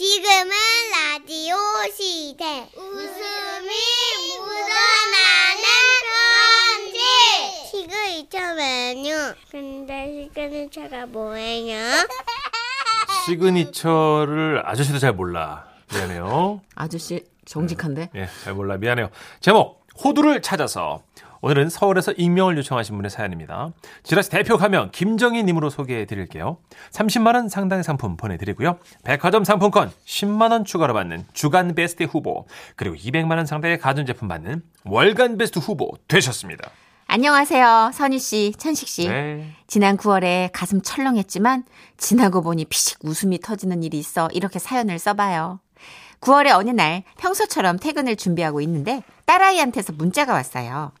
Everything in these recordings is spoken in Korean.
지금은 라디오 시대. 웃음이 묻어나는 편지. 지금 이참에요. 근데 시간의 차가 뭐예요? 시그니처를 아저씨도 잘 몰라. 미안해요. 아저씨 정직한데? 예, 잘 몰라. 미안해요. 제목, 호두를 찾아서. 오늘은 서울에서 익명을 요청하신 분의 사연입니다. 지라시 대표 가면 김정희님으로 소개해 드릴게요. 30만원 상당의 상품 보내드리고요. 백화점 상품권 10만원 추가로 받는 주간 베스트 후보, 그리고 200만원 상당의 가전제품 받는 월간 베스트 후보 되셨습니다. 안녕하세요. 선희 씨, 천식 씨. 네. 지난 9월에 가슴 철렁했지만 지나고 보니 피식 웃음이 터지는 일이 있어 이렇게 사연을 써봐요. 9월의 어느 날 평소처럼 퇴근을 준비하고 있는데 딸아이한테서 문자가 왔어요.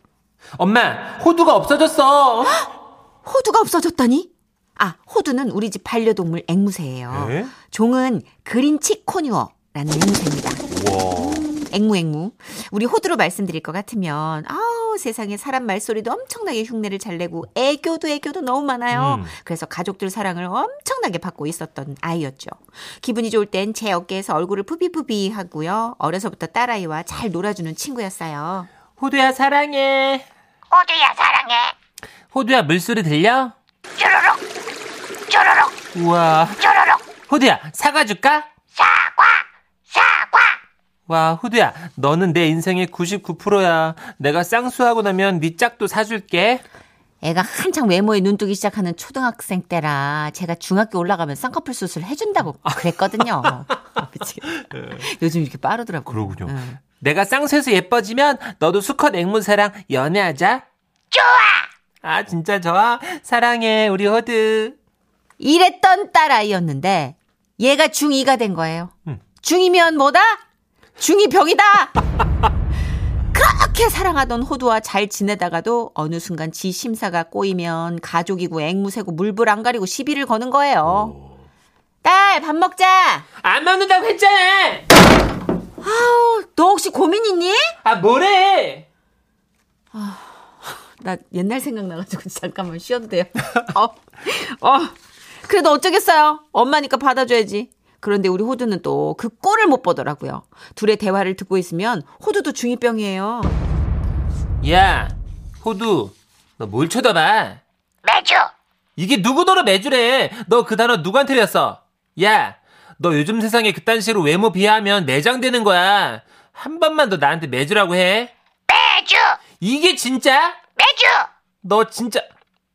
엄마, 호두가 없어졌어! 호두가 없어졌다니? 아, 호두는 우리 집 반려동물 앵무새예요. 네? 종은 그린치 코뉴어라는 앵무새입니다. 우와. 앵무앵무. 우리 호두로 말씀드릴 것 같으면, 아우, 세상에 사람 말소리도 엄청나게 흉내를 잘 내고, 애교도 애교도 너무 많아요. 음. 그래서 가족들 사랑을 엄청나게 받고 있었던 아이였죠. 기분이 좋을 땐 제 어깨에서 얼굴을 푸비푸비 하고요. 어려서부터 딸아이와 잘 놀아주는 친구였어요. 호두야, 사랑해. 호두야 사랑해 호두야, 물소리 들려? 쪼르륵 쪼르륵 우와. 쪼르륵 호두야, 사가줄까? 사과 사과 와, 호두야, 너는 내 인생의 99%야. 내가 쌍수하고 나면 네 짝도 사줄게. 애가 한창 외모에 눈뜨기 시작하는 초등학생 때라 제가 중학교 올라가면 쌍꺼풀 수술 해준다고 그랬거든요. 미치겠다. 요즘 이렇게 빠르더라고요. 그러군요. 응. 내가 쌍수해서 예뻐지면 너도 수컷 앵무새랑 연애하자. 좋아! 아, 진짜 좋아? 사랑해, 우리 호두. 이랬던 딸아이였는데 얘가 중2가 된 거예요. 음. 중2면 뭐다? 중2병이다! 그렇게 사랑하던 호두와 잘 지내다가도 어느 순간 지 심사가 꼬이면 가족이고 앵무새고 물불 안 가리고 시비를 거는 거예요. 딸 밥 먹자! 안 맞는다고 했잖아! 너 혹시 고민 있니? 아, 뭐래! 나 옛날 생각나가지고 잠깐만 쉬어도 돼요. 어, 어. 그래도 어쩌겠어요. 엄마니까 받아줘야지. 그런데 우리 호두는 또 그 꼴을 못 보더라고요. 둘의 대화를 듣고 있으면 호두도 중이병이에요. 야, 호두, 너 뭘 쳐다봐? 매주 이게 누구 너로 매주래? 너 그 단어 누구한테 배웠어? 야, 너 요즘 세상에 그딴 식으로 외모 비하하면 매장되는 거야. 한 번만 더 나한테 매주라고 해. 매주 이게 진짜? 매주 너 진짜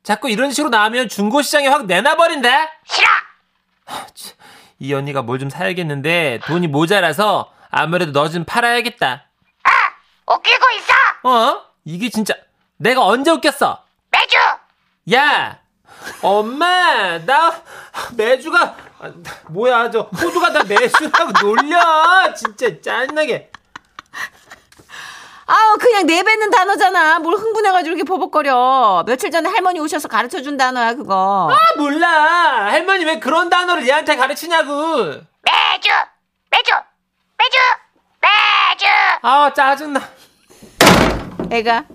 자꾸 이런 식으로 나오면 중고시장에 확 내놔버린다. 싫어 이 언니가 뭘 좀 사야겠는데 돈이 모자라서 아무래도 너 좀 팔아야겠다. 웃기고 있어 어? 이게 진짜 내가 언제 웃겼어? 매주 야! 엄마! 나 매주가 아, 뭐야 저 호두가 나 매주라고 놀려 진짜 짜증나게 아우, 그냥 내뱉는 단어잖아. 뭘 흥분해가지고 이렇게 버벅거려. 며칠 전에 할머니 오셔서 가르쳐준 단어야, 그거. 아 몰라 할머니 왜 그런 단어를 얘한테 가르치냐고 매주 매주 매주 매주 아 짜증나 애가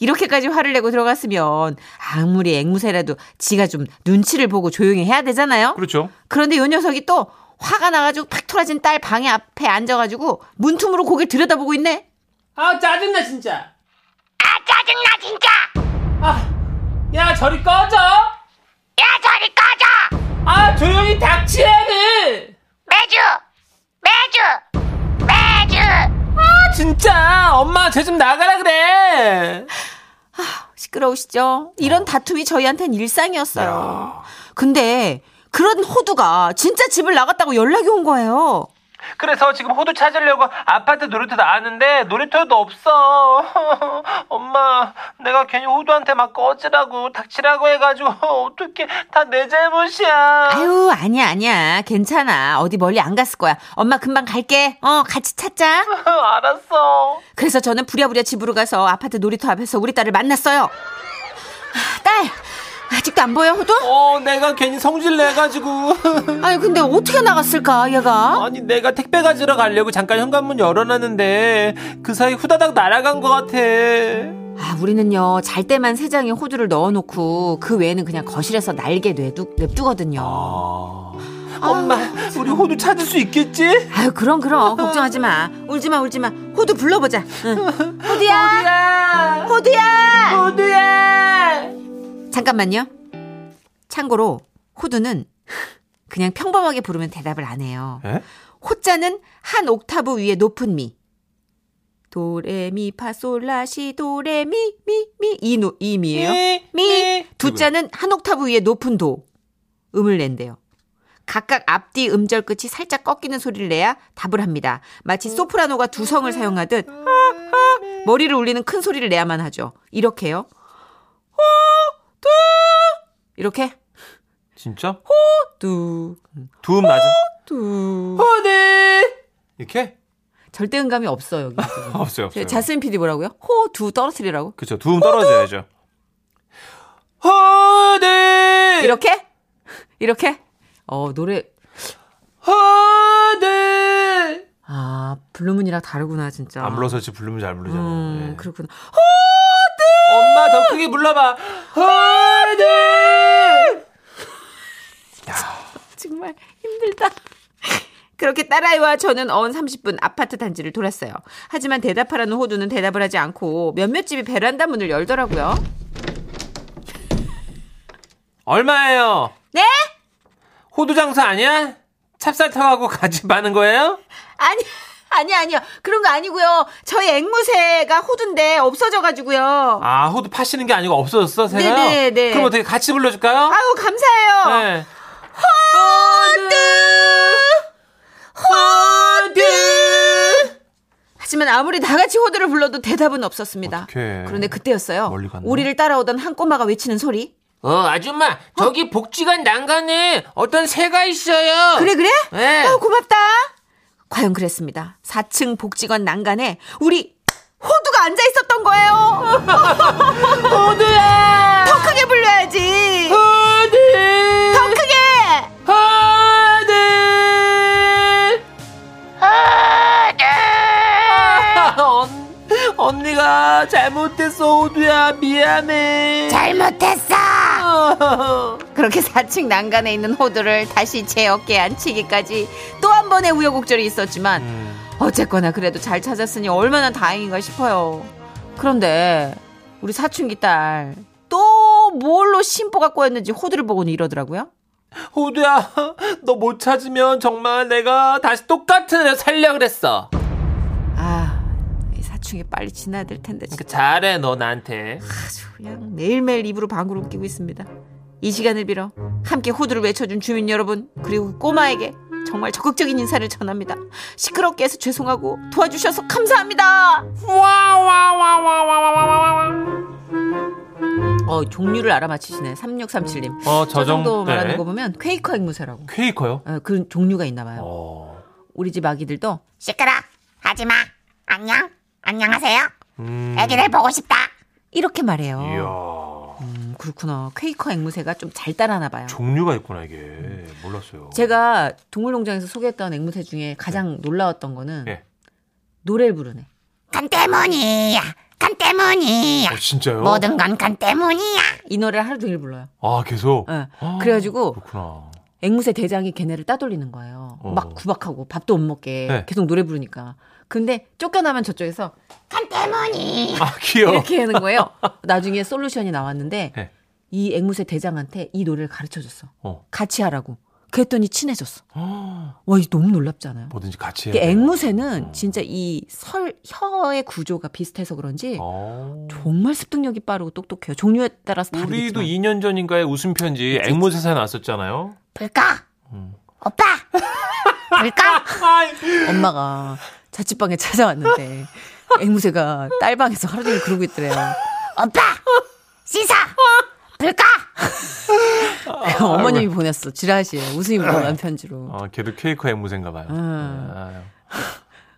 이렇게까지 화를 내고 들어갔으면 아무리 앵무새라도 지가 좀 눈치를 보고 조용히 해야 되잖아요. 그렇죠 그런데 요 녀석이 또 화가 나가지고 팍 토라진 딸 방에 앞에 앉아가지고 문틈으로 고개 들여다보고 있네. 아 짜증나 진짜 아 짜증나 진짜 아 야 저리 꺼져 야 저리 꺼져 아 조용히 닥치라니 매주 매주 매주 아 진짜 엄마 쟤 좀 나가라 그래 시끄러우시죠? 어. 이런 다툼이 저희한텐 일상이었어요. 근데 그런 호두가 진짜 집을 나갔다고 연락이 온 거예요. 그래서 지금 호두 찾으려고 아파트 놀이터도 아는데 놀이터도 없어. 엄마, 내가 괜히 호두한테 막 꺼지라고 닥치라고 해가지고 어떻게 다 내 잘못이야. 아유 아니야 아니야 괜찮아 어디 멀리 안 갔을 거야. 엄마 금방 갈게. 어 같이 찾자. 알았어. 그래서 저는 부랴부랴 집으로 가서 아파트 놀이터 앞에서 우리 딸을 만났어요. 아, 딸 아직도 안 보여 호두? 어, 내가 괜히 성질 내가지고. 아니 근데 어떻게 나갔을까 얘가? 아니, 내가 택배 가지러 가려고 잠깐 현관문 열어놨는데 그 사이 후다닥 날아간 것 같아. 아, 우리는요, 잘 때만 세 장에 호두를 넣어놓고, 그 외에는 그냥 거실에서 날개 놔두, 냅두거든요. 엄마, 우리 호두 찾을 수 있겠지? 아유 그럼 그럼 걱정하지 마 울지 마 울지 마 호두 불러보자 응. 호두야 호두야 호두야 잠깐만요 참고로 호두는 그냥 평범하게 부르면 대답을 안 해요 예? 호자는 한 옥타브 위에 높은 미 도레미 파솔라시 도레미 미미이노 이 미예요 미 두자는 한 옥타브 위에 높은 도 음을 낸대요. 각각 앞뒤 음절 끝이 살짝 꺾이는 소리를 내야 답을 합니다. 마치 소프라노가 두성을 사용하듯 머리를 울리는 큰 소리를 내야만 하죠. 이렇게요. 어, 이렇게 진짜? 뚜뚜 두음 낮은? 호두! 이렇게? 절대 음감이 없어 여기. 네, 없어요, 없어요. 자스민 PD 뭐라고요? 호두 떨어뜨리라고? 그쵸, 두음 떨어져야죠. 호두! 네. 이렇게? 이렇게? 어, 노래. 호두! 아, 블루문이랑 다르구나, 진짜. 안 불러서지 부르면 잘 부르잖아요. 음, 예. 그렇구나. 엄마 더 크게 불러봐. 호두! 정말 힘들다. 그렇게 딸아이와 저는 어언 30분 아파트 단지를 돌았어요. 하지만 대답하라는 호두는 대답을 하지 않고 몇몇 집이 베란다 문을 열더라고요. 얼마예요? 네? 호두 장사 아니야? 찹쌀탕하고 같이 많은 거예요? 아니, 아니, 아니요. 그런 거 아니고요. 저희 앵무새가 호두인데 없어져가지고요. 아, 호두 파시는 게 아니고 없어졌어, 새가요? 네, 네, 네. 그럼 어떻게 같이 불러줄까요? 아유, 어. 감사해요. 네. 호두! 호두! 하지만 아무리 다 같이 호두를 불러도 대답은 없었습니다. 어떡해. 그런데 그때였어요. 멀리 갔나? 우리를 따라오던 한 꼬마가 외치는 소리. 어, 아줌마, 저기 복지관 난간에 어떤 새가 있어요. 그래 그래? 네. 어, 고맙다. 과연 그랬습니다. 4층 복지관 난간에 우리 호두가 앉아 있었던 거예요. 호두야! 더 크게 불러야지. 호두! 더 크게. 호두! 언, 아, 언니가 잘못했어, 호두야. 미안해. 어, 잘못했어. 그렇게 4층 난간에 있는 호두를 다시 제 어깨에 앉히기까지 또 한 번의 우여곡절이 있었지만 어쨌거나 그래도 잘 찾았으니 얼마나 다행인가 싶어요. 그런데 우리 사춘기 딸 또 뭘로 심보가 꼬였는지 호두를 보고는 이러더라고요. 호두야, 너 못 찾으면 정말 내가 다시 똑같은 애를 살려 그랬어. 아, 이 사춘기 빨리 지나야 될 텐데 진짜 그 잘해, 너 나한테. 아주 그냥 매일매일 입으로 방구를 웃기고 있습니다. 이 시간을 빌어 함께 호두를 외쳐준 주민 여러분 그리고 그 꼬마에게 정말 적극적인 인사를 전합니다. 시끄럽게 해서 죄송하고 도와주셔서 감사합니다. 어 종류를 알아맞히시네 3637님. 어, 저 정도 네. 말하는 거 보면 퀘이커 앵무새라고. 퀘이커요? 어, 그 종류가 있나 봐요. 어. 우리 집 아기들도 시끄러. 하지 마. 안녕. 안녕하세요. 음. 애기를 보고 싶다. 이렇게 말해요. 이야. 음, 그렇구나. 퀘이커 앵무새가 좀 잘 따라나 봐요. 어. 종류가 있구나, 이게. 몰랐어요. 제가 동물농장에서 소개했던 앵무새 중에 가장 네. 놀라웠던 거는 예. 노래를 부르네. 간 때문이야. 간 때문이야. 어, 진짜요? 뭐 모든 건 간 때문이야. 이 노래를 하루 종일 불러요. 아, 계속? 예. 아, 그래가지고 그렇구나. 앵무새 대장이 걔네를 따돌리는 거예요. 어. 막 구박하고 밥도 못 먹게 네. 어. 계속 노래 부르니까. 근데 쫓겨나면 저쪽에서 간 때문이야. 아, 귀여워. 이렇게 하는 거예요. 나중에 솔루션이 나왔는데 네. 이 앵무새 대장한테 이 노래를 가르쳐 줬어. 어. 같이 하라고. 그랬더니 친해졌어. 와, 이 너무 놀랍잖아요. 뭐든지 같이 이게 해야 돼요. 음. 앵무새는 진짜 이 설, 혀의 구조가 비슷해서 그런지 어. 정말 습득력이 빠르고 똑똑해요. 종류에 따라서 우리도 다르겠지만. 2년 전인가에 웃음 편지 앵무새사 나왔었잖아요. 불까? 음. 오빠. 불까? 엄마가 자취방에 찾아왔는데 앵무새가 딸 방에서 하루 종일 그러고 있더래요. 오빠. 씻어. 불까? 어머님이 보냈어. 지라시에 웃음이 묻어난 편지로. 아, 걔도 케이커 앵무새인가 봐요. 음. 네, 아유.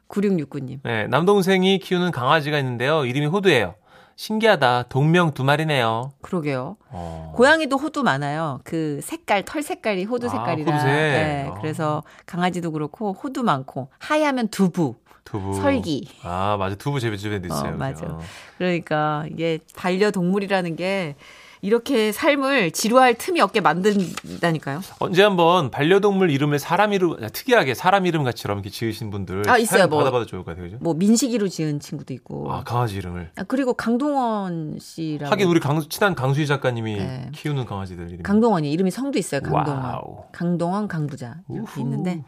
9669님. 네, 남동생이 키우는 강아지가 있는데요. 이름이 호두예요. 신기하다. 동명 두 마리네요. 그러게요. 어. 고양이도 호두 많아요. 그 색깔, 털 색깔이 호두 아, 색깔이라. 호두색. 네, 아. 그래서 강아지도 그렇고 호두 많고 하얀면 두부, 두부. 설기. 아, 맞아. 두부 제비집에도 있어요. 어, 맞아. 그죠? 그러니까 이게 반려동물이라는 게 이렇게 삶을 지루할 틈이 없게 만든다니까요. 언제 한번 반려동물 이름을 사람 이름 아, 특이하게 사람 이름 같이처럼 이렇게 지으신 분들 아, 있어요. 사연 뭐. 받아봐도 좋을 것 같아요. 그죠? 뭐 민식이로 지은 친구도 있고. 아 강아지 이름을 아, 그리고 강동원 씨라고. 하긴 우리 강, 친한 강수희 작가님이 네. 키우는 강아지들 이름 강동원이 이름이 성도 있어요. 강동원. 와우. 강동원 강부자 이렇게 우후. 있는데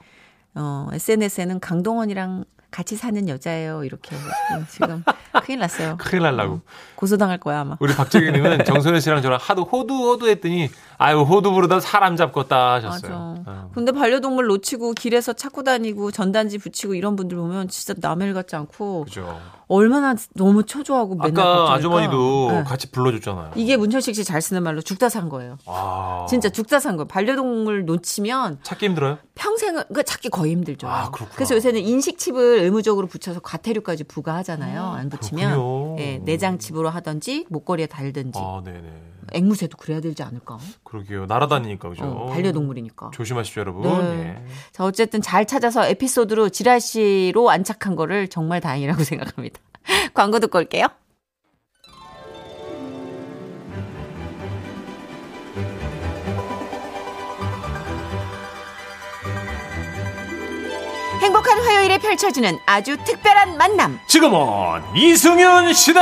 어, SNS에는 강동원이랑 같이 사는 여자예요. 이렇게 음, 지금 큰일 났어요. 큰일 날라고 고소당할 거야 아마. 우리 박재규님은 정선혜 씨랑 저랑 하도 호두 호두 했더니 아유 호두 부르다 사람 잡겠다 하셨어요. 맞아. 어. 근데 반려동물 놓치고 길에서 찾고 다니고 전단지 붙이고 이런 분들 보면 진짜 남의 일 같지 않고 그죠. 얼마나 너무 초조하고 맨날 아까 걱정일까. 아주머니도 네. 같이 불러줬잖아요. 이게 문철식 씨 잘 쓰는 말로 죽다 산 거예요. 아, 진짜 죽다 산 거예요. 반려동물 놓치면 찾기 힘들어요? 평생 그러 찾기 거의 힘들죠. 아, 그렇구나. 래서 요새는 인식칩을 의무적으로 붙여서 과태료까지 부과하잖아요. 안 붙이면 음, 그렇군요. 예, 내장칩으로 하든지 목걸이에 달든지 아, 네네. 앵무새도 그래야 되지 않을까? 그러게요. 날아다니니까 그죠. 어, 반려동물이니까. 조심하십시오, 여러분. 네. 예. 자, 어쨌든 잘 찾아서 에피소드로 지라 씨로 안착한 거를 정말 다행이라고 생각합니다. 광고 듣고 올게요. 행복한 화요일에 펼쳐지는 아주 특별한 만남. 지금은 이승윤 시대!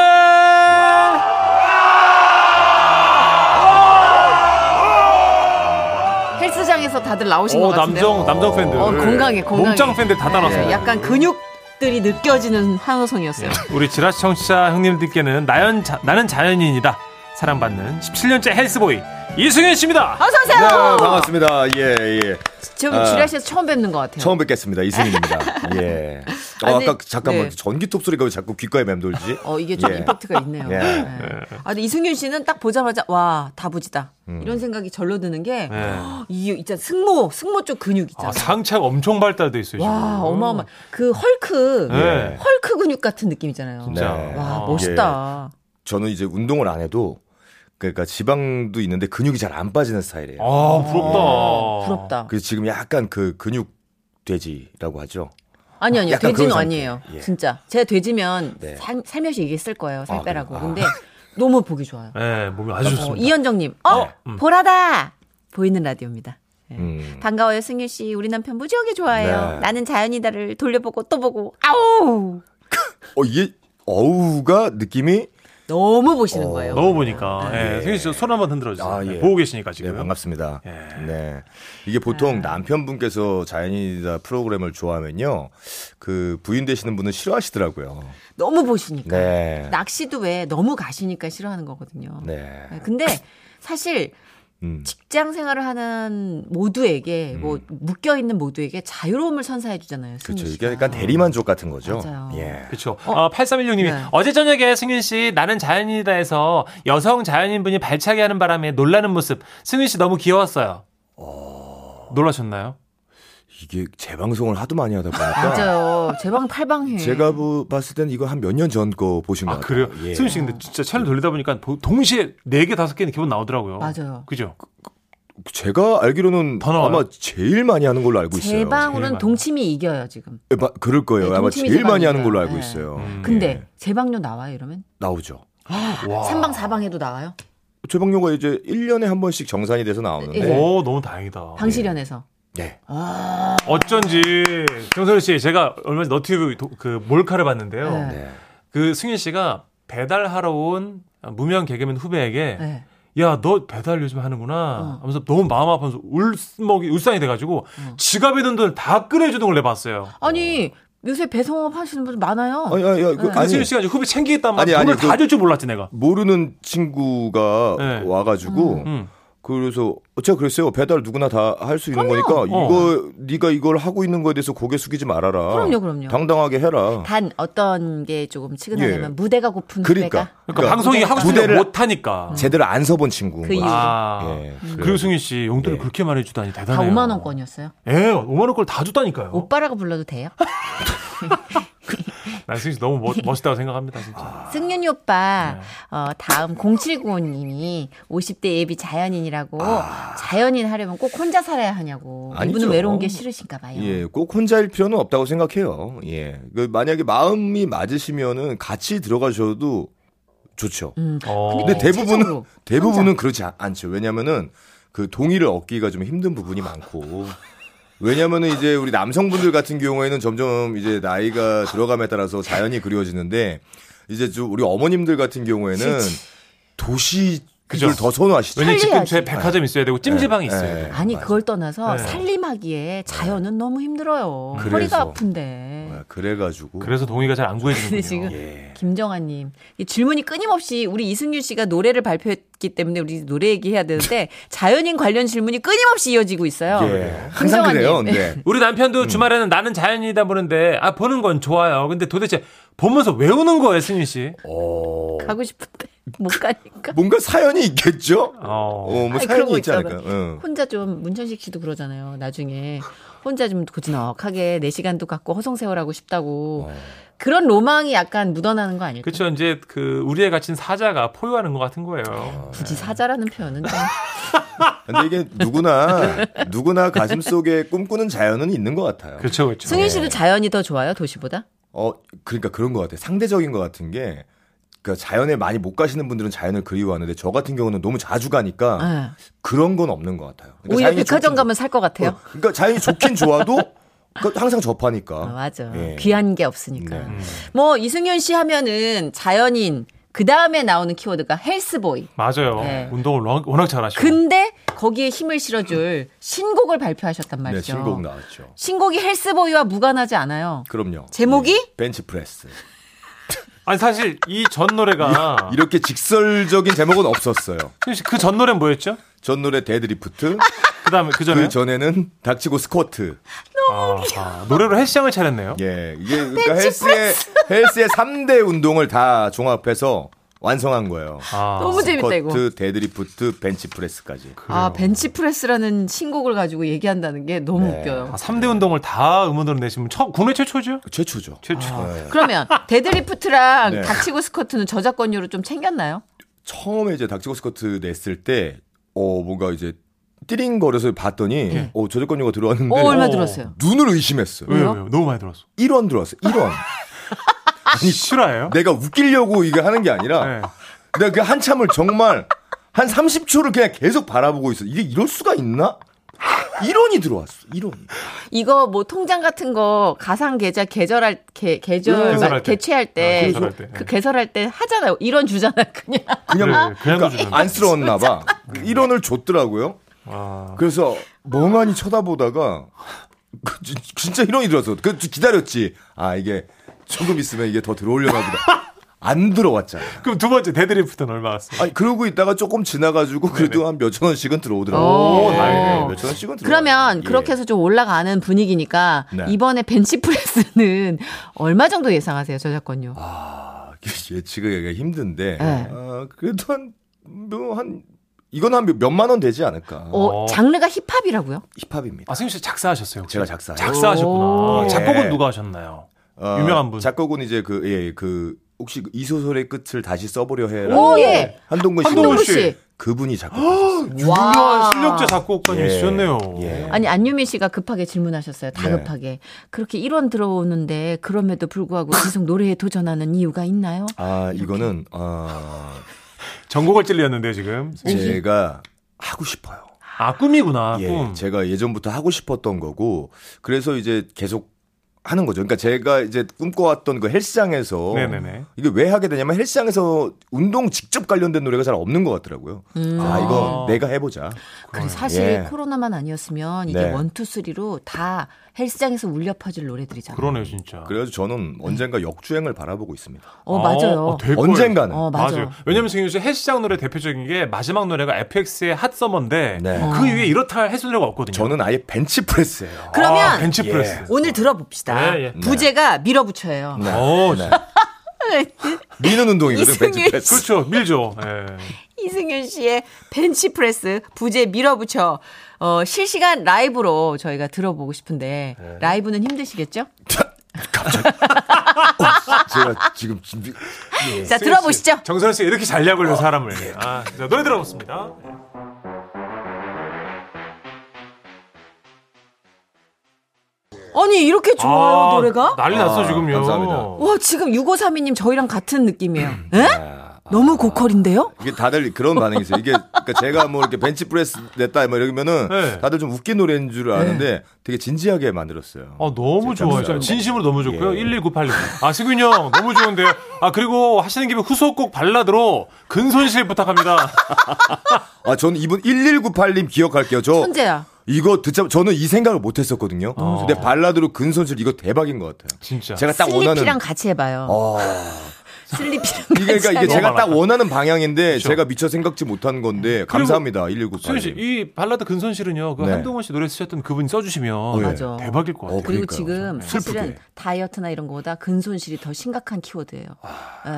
헬스장에서 다들 나오신 것 오, 같은데요. 남정, 남정 팬들. 어, 건강해, 건강해. 몸짱 팬들 다 따라왔어요. 네, 약간 근육들이 느껴지는 네. 한호성이었어요. 우리 지라시 청취자 형님들께는 나연 자- 나는 자연인이다. 사랑받는 17년째 헬스보이 이승윤 씨입니다. 어서 오세요. 네, 반갑습니다. 예, 예. 지금 아. 지라 씨에서 처음 뵙는 것 같아요. 처음 뵙겠습니다. 이승윤입니다. 예. 어, 아니, 아까 잠깐만 네. 전기톱 소리가 왜 자꾸 귓가에 맴돌지? 어 이게 좀 예. 임팩트가 있네요. 예. 네. 아 근데 이승윤 씨는 딱 보자마자 와 다부지다 음. 이런 생각이 절로 드는 게 이 네. 있잖아 승모 승모 쪽 근육 있잖아. 아, 음. 상체가 엄청 발달돼 있어요. 와 어마어마 그 헐크 네. 헐크 근육 같은 느낌 있잖아요. 진짜. 와 아. 멋있다. 저는 이제 운동을 안 해도 그러니까 지방도 있는데 근육이 잘 안 빠지는 스타일이에요. 어. 아 부럽다. 부럽다. 그래서 지금 약간 그 근육 돼지라고 하죠. 아니 아니요 약간 돼지는 그런 아니에요. 상태. 예. 진짜 제가 돼지면 네. 살- 살며시 얘기했을 거예요 살 아, 빼라고. 그래요? 아. 근데 너무 보기 좋아요. 네, 몸이 아주 어, 좋습니다. 이현정님 어 보라다 보이는 라디오입니다. 예. 음. 반가워요, 승윤 씨. 우리 남편 무지하게 좋아해요. 네. 나는 자연이다를 돌려보고 또 보고. 아우! 어, 이게 어우가 느낌이 너무 보시는 어, 거예요. 너무 보니까. 네. 예, 승희 씨손 한번 흔들어 주세요. 아, 예. 보고 계시니까 지금. 네, 반갑습니다. 예. 네. 이게 보통 아. 남편분께서 자연이다 프로그램을 좋아하면요. 그 부인 되시는 분은 싫어하시더라고요. 너무 보시니까. 네. 낚시도 왜 너무 가시니까 싫어하는 거거든요. 네. 네, 근데 사실 음. 직장 생활을 하는 모두에게 뭐 묶여 있는 모두에게 자유로움을 선사해 주잖아요. 승윤 그렇죠. 씨가. 이게 약간 대리만족 같은 거죠. 맞아요. 예. 그렇죠. 어, 8316님이 네. 어제 저녁에 승윤 씨 나는 자연이다에서 여성 자연인 분이 발차기 하는 바람에 놀라는 모습 승윤 씨 너무 귀여웠어요. 놀라셨나요? 이게 재방송을 하도 많이 하다 보니까 맞아요. 예. 제방 팔방해. 제가 보- 봤을 때는 이거 한 몇 년 전 거 보신 것 아 같아요. 그래요? 예. 승윤 씨 근데 진짜 채널 돌리다 보니까 보- 동시에 4개 5개는 기본 나오더라고요. 맞아요. 그죠? 제가 알기로는 더 나와요? 아마 제일 많이 하는 걸로 알고 있어요. 제방으로는 제일 동침이 이겨요 지금. 예, 마- 그럴 거예요. 네, 아마 동치미 제일 많이 제방이니까. 하는 걸로 알고 네. 있어요. 음. 근데 예. 제방료 나와요 이러면? 나오죠. 와. 그 아, 삼방사방에도 나와요? 아, 재방료가 이제 1년에 한 번씩 정산이 돼서 나오는데 예. 오 너무 다행이다. 방시련에서. 예. 어쩐지 정선우 씨 제가 얼마 전 너튜브 도- 그 몰카를 봤는데요. 네. 네. 그 승윤 씨가 배달하러 온 무명 개그맨 후배에게 예. 네. 어. 야 너 배달 요즘 하는구나 하면서 너무 마음 아파서 울먹이 울상이 돼가지고 지갑에 든 돈을 다 꺼내주던 걸 내가 봤어요. 아니 요새 배송업 하시는 분들 어. 많아요. 아니 아니 아니, 그- 근데 아니 승윤 씨가 이제 후배 챙기겠다 말 아니, 아니, 돈을 다 그- 줄 줄 몰랐지 내가. 모르는 친구가 네. 와가지고 음. 그래서 제가 그랬어요 배달 누구나 다 할 수 있는 어. 거니까 이거 네가 이걸 하고 있는 거에 대해서 고개 숙이지 말아라 그럼요, 그럼요. 당당하게 해라 단 어떤 게 조금 예. 치근하냐면 무대가 고픈 그러니까, 후배가 그러니까 방송이 하고 싶은 데 무대를 음. 못하니까. 제대로 안 서본 친구인 그 거지 이유. 아. 예, 그리고 그래요. 승윤 씨 용돈을 예. 그렇게 많이 주다니 다 대단해요. 5만 원권이었어요. 어? 예, 5만 원걸 다 줬다니까요. 오빠라고 불러도 돼요? 난 아, 승윤 씨 너무 멋, 멋있다고 생각합니다 진짜. 아. 승윤이 오빠 네. 어, 다음 0795님이 50대 예비 자연인이라고 자연인 하려면 꼭 혼자 살아야 하냐고 이분은 아. 아니죠. 외로운 게 싫으신가 봐요. 예, 꼭 혼자일 필요는 없다고 생각해요. 예, 그 만약에 마음이 맞으시면은 같이 들어가셔도 좋죠. 어. 근데 대부분은 대체적으로 대부분은 그렇지 않- 않죠. 왜냐면은 그 동의를 얻기가 좀 힘든 부분이 많고. 왜냐면은 이제 우리 남성분들 같은 경우에는 점점 이제 나이가 들어감에 따라서 자연이 그리워지는데 이제 좀 우리 어머님들 같은 경우에는 도시 그죠. 그걸 더 선호하시죠. 왜냐면 집 근처에 살려야지. 백화점 있어야 되고 찜질방이 네. 있어야 돼요. 아니 맞아. 그걸 떠나서 네. 살림하기에 자연은 너무 힘들어요. 네. 그래서. 허리가 아픈데. 아, 그래가지고 그래서 동의가 잘 안 근데 구해지는군요. 지금 예. 김정아님 이 질문이 끊임없이 우리 이승윤 씨가 노래를 발표했기 때문에 우리 노래 얘기해야 되는데 자연인 관련 질문이 끊임없이 이어지고 있어요. 예. 항상 김정아님. 그래요. 네. 우리 남편도 주말에는 나는 자연이다 보는데 아 보는 건 좋아요. 근데 도대체 보면서 왜 우는 거예요, 승윤 씨? 어, 가고 싶은데 못 가니까. 뭔가 사연이 있겠죠? 어. 어, 뭐 아니, 사연이 그런 거 있지 않을까? 응. 혼자 좀 문천식 씨도 그러잖아요. 나중에 혼자 좀 고즈넉하게 내 시간도 갖고 허송세월하고 싶다고 어. 그런 로망이 약간 묻어나는 거 아닐까? 그렇죠. 이제 그 우리의 갇힌 사자가 포효하는 것 같은 거예요. 굳이 네. 사자라는 표현은 좀 근데 이게 누구나 누구나 가슴 속에 꿈꾸는 자연은 있는 것 같아요. 그렇죠, 그렇죠. 승윤 네. 씨도 자연이 더 좋아요 도시보다? 어, 그러니까 그런 것 같아요. 상대적인 것 같은 게, 그러니까 자연에 많이 못 가시는 분들은 자연을 그리워하는데 저 같은 경우는 너무 자주 가니까 예. 그런 건 없는 것 같아요. 그러니까 오히려 자연이 백화점 좋긴 가면 살 것 좋- 같아요. 어, 그러니까 자연이 좋긴 좋아도 그 항상 접하니까. 아, 맞아. 예. 귀한 게 없으니까. 네. 뭐 이승윤 씨 하면은 자연인 그 다음에 나오는 키워드가 헬스보이. 맞아요. 네. 운동을 워낙, 워낙 잘하시고. 근데 거기에 힘을 실어줄 신곡을 발표하셨단 네, 말이죠. 신곡 나왔죠. 신곡이 헬스보이와 무관하지 않아요. 그럼요. 제목이? 예, 벤치프레스. 아니 사실 이 전 노래가 이렇게 직설적인 제목은 없었어요. 승윤 씨 그 전 노래는 뭐였죠? 전 노래 데드리프트. 그다음에 그 전에 아, 그 전에는 닥치고 스쿼트. 노래로 헬스장을 차렸네요. 예, 이게 그러니까 헬스의 헬스의 3대 운동을 다 종합해서 완성한 거예요. 아. 너무 재밌다 이거. 스쿼트, 데드리프트, 벤치프레스까지. 아 벤치프레스라는 신곡을 가지고 얘기한다는 게 너무 네. 웃겨요. 아, 3대 운동을 다 음원으로 내시면 처, 국내 아, 최초죠? 최초죠. 최초. 그러면 데드리프트랑 네. 닥치고 스쿼트는 저작권료로 좀 챙겼나요? 처음에 이제 닥치고 스쿼트 냈을 때, 어 뭔가 이제 띠링거려서 봤더니, 어 저작권료가 들어왔는데 예. 어, 얼마 음. 오. 들었어요? 눈을 의심했어요. 왜요? 왜요? 왜요? 너무 많이 들었어. 1원 들어왔어. 1원. 네, 아니 실화예요? 내가 웃기려고 이거 하는 게 아니라 네. 내가 그 한참을 정말 한 30초를 그냥 계속 바라보고 있어. 이게 이럴 수가 있나? 1원이 들어왔어. 1원. 이거 뭐 통장 같은 거 가상 계좌 계절할 개, 계절 개설할 때. 개최할 때, 아, 개설할 때. 그 개설할 때 하잖아요. 이런 주잖아 그냥. 그냥 그래, 그냥 그러니까 주는데. 안쓰러웠나 네. 봐. 1원을 줬더라고요. 아, 그래서 멍하니 쳐다보다가 그 진- 진짜 1원이 들어서 그 기다렸지. 아 이게 조금 있으면 이게 더 들어오려나 보다. 안 들어왔잖아. 그럼 두 번째 데드리프트는 얼마 갔어요? 아니 그러고 있다가 조금 지나가지고 그래도 한 몇천 원씩은 들어오더라고. 오, 예, 다행이네요. 몇천 원씩은 들어. 그러면 그렇게 해서 좀 올라가는 분위기니까 예. 네. 이번에 벤치프레스는 얼마 정도 예상하세요 저작권료? 예측하기가 힘든데 네. 아, 그래도 한뭐한 이건 한 몇만 원 되지 않을까. 어, 장르가 힙합이라고요? 힙합입니다. 아, 승윤 씨 작사하셨어요. 혹시? 제가 작사해요. 작사하셨구나. 오. 작곡은 예. 누가 하셨나요? 어, 유명한 분. 작곡은 이제 그 예 그 혹시 이 소설의 끝을 다시 써보려 해라. 오, 예. 한동근 씨. 한동훈 한동훈 씨. 씨. 그분이 작곡하셨어요. 유명한 실력자 작곡가님이셨네요. 예. 아니 안유미 씨가 급하게 질문하셨어요. 네. 다급하게 그렇게 1원 들어오는데 그럼에도 불구하고 계속 노래에 도전하는 이유가 있나요? 아 이거는 어, 전곡을 찔렸는데요 지금. 제가 하고 싶어요. 아 꿈이구나. 예, 꿈. 제가 예전부터 하고 싶었던 거고 그래서 이제 계속 하는 거죠. 그러니까 제가 이제 꿈꿔왔던 그 헬스장에서 네네네. 이게 왜 하게 되냐면 헬스장에서 운동 직접 관련된 노래가 잘 없는 것 같더라고요. 음. 아 이거 아. 내가 해보자. 그래 사실 예. 코로나만 아니었으면 이게 네. 원투쓰리로 다 헬스장에서 울려 퍼질 노래들이잖아요. 그러네요 진짜. 그래가지고 저는 언젠가 역주행을 바라보고 있습니다. 어 맞아요. 어, 될 거예요. 언젠가는 어 맞아. 맞아요. 왜냐면 승윤 씨 헬스장 노래 대표적인 게 마지막 노래가 FX의 핫 서머인데 네. 어. 그 위에 이렇다 할 헬스 노래가 없거든요. 저는 아예 벤치 프레스예요. 그러면 아, 벤치 프레스. 오늘 들어봅시다. 예, 예. 네. 부제가 밀어붙여요. 네. 어, 미는 운동이거든 벤치 이승윤 프레스. 그렇죠. 밀죠. 예. 이승윤 씨의 벤치 프레스 부제 밀어붙여 어, 실시간 라이브로 저희가 들어보고 싶은데 네. 라이브는 힘드시겠죠? 제가 지금 준비. 네, 자 들어보시죠. 정선 씨가 이렇게 잘 어. 약올려 사람을. 아, 자, 노래 들어보겠습니다. 아니 이렇게 좋아요 아, 노래가? 난리 났어 아, 지금요. 감사합니다. 와 지금 6532님 저희랑 같은 느낌이에요. 예? 에? 아, 너무 고퀄인데요? 이게 다들 그런 반응이 있어요. 이게 그러니까 제가 뭐 이렇게 벤치 프레스 냈다 뭐 이러면은 네. 다들 좀 웃긴 노래인 네. 줄 아는데 되게 진지하게 만들었어요. 아, 너무 진짜 좋아요. 감사합니다. 진심으로 너무 좋고요. 예. 11986. 아, 승균 형, 너무 좋은데요. 아, 그리고 하시는 김에 후속곡 발라드로 근손실 부탁합니다. 아, 저는 이분 1198님 기억할게요. 저 천재야. 이거 듣자 저는 이 생각을 못 했었거든요. 근데 발라드로 근손실 이거 대박인 것 같아요. 어. 진짜. 제가 딱 원하는 어. 슬리피랑 같이 해봐요. 슬리피랑 같이. 이게 그러니까 이게 하자. 제가 많았다. 딱 원하는 방향인데 그렇죠. 제가 미처 생각지 못한 건데 감사합니다. 승윤 씨, 1198님. 이 발라드 근손실은요. 그 네. 한동원 씨 노래 쓰셨던 그분 써주시면 예. 맞아. 대박일 것 같아요. 어, 그리고 그러니까요. 지금 좀 사실은 슬프게. 다이어트나 이런 거보다 근손실이 더 심각한 키워드예요.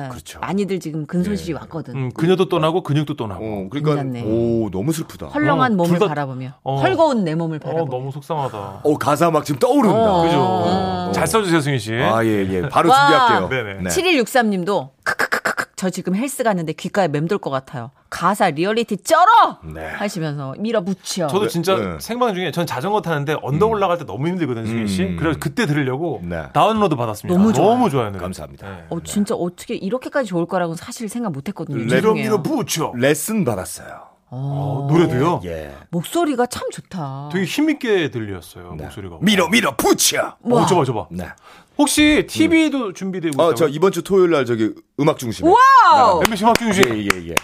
예. 그렇죠. 많이들 지금 근손실이 왔거든. 아, 음, 그녀도 떠나고 근육도 떠나고. 어, 그러니까 빛났네. 오, 너무 슬프다. 헐렁한 어, 몸을 둘 다- 바라보며 어. 헐거운 내 몸을 어, 바라보며 너무 속상하다. 어, 가사 막 지금 떠오른다. 어. 그죠? 어. 잘 써주세요, 승윤 씨. 아, 예, 예. 바로 와. 준비할게요. 네네. 7163님도 크크크크크 저 지금 헬스 가는데 귓가에 맴돌 것 같아요. 가사 리얼리티 쩔어 네. 하시면서 밀어붙여. 저도 네, 진짜 네. 생방 중에 전 자전거 타는데 언덕 올라갈 때 너무 힘들거든요, 승윤 씨. 음. 그래서 그때 들으려고 네. 다운로드 받았습니다. 너무 좋아요. 너무 좋아요. 노래. 감사합니다. 네. 어 진짜 어떻게 이렇게까지 좋을 거라고는 사실 생각 못했거든요. 밀어 죄송해요. 밀어 부쳐. 레슨 받았어요. 어, 노래도요. 예. 목소리가 참 좋다. 되게 힘있게 들렸어요 목소리가. 네. 밀어 밀어 붙여. 어, 저봐 저봐. 네. 혹시 TV도 준비되고 있다고? 아, 저 이번 주 토요일 날 저기 음악 중심. 와우! MBC 네. 음악 중심. 예, 예, 예.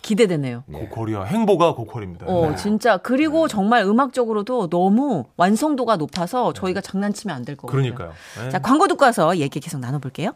기대되네요. 고퀄이야. 행보가 고퀄입니다. 어 네. 진짜 그리고 정말 음악적으로도 너무 완성도가 높아서 저희가 장난치면 안 될 거예요. 그러니까요. 네. 자 광고 듣고 와서 얘기 계속 나눠볼게요.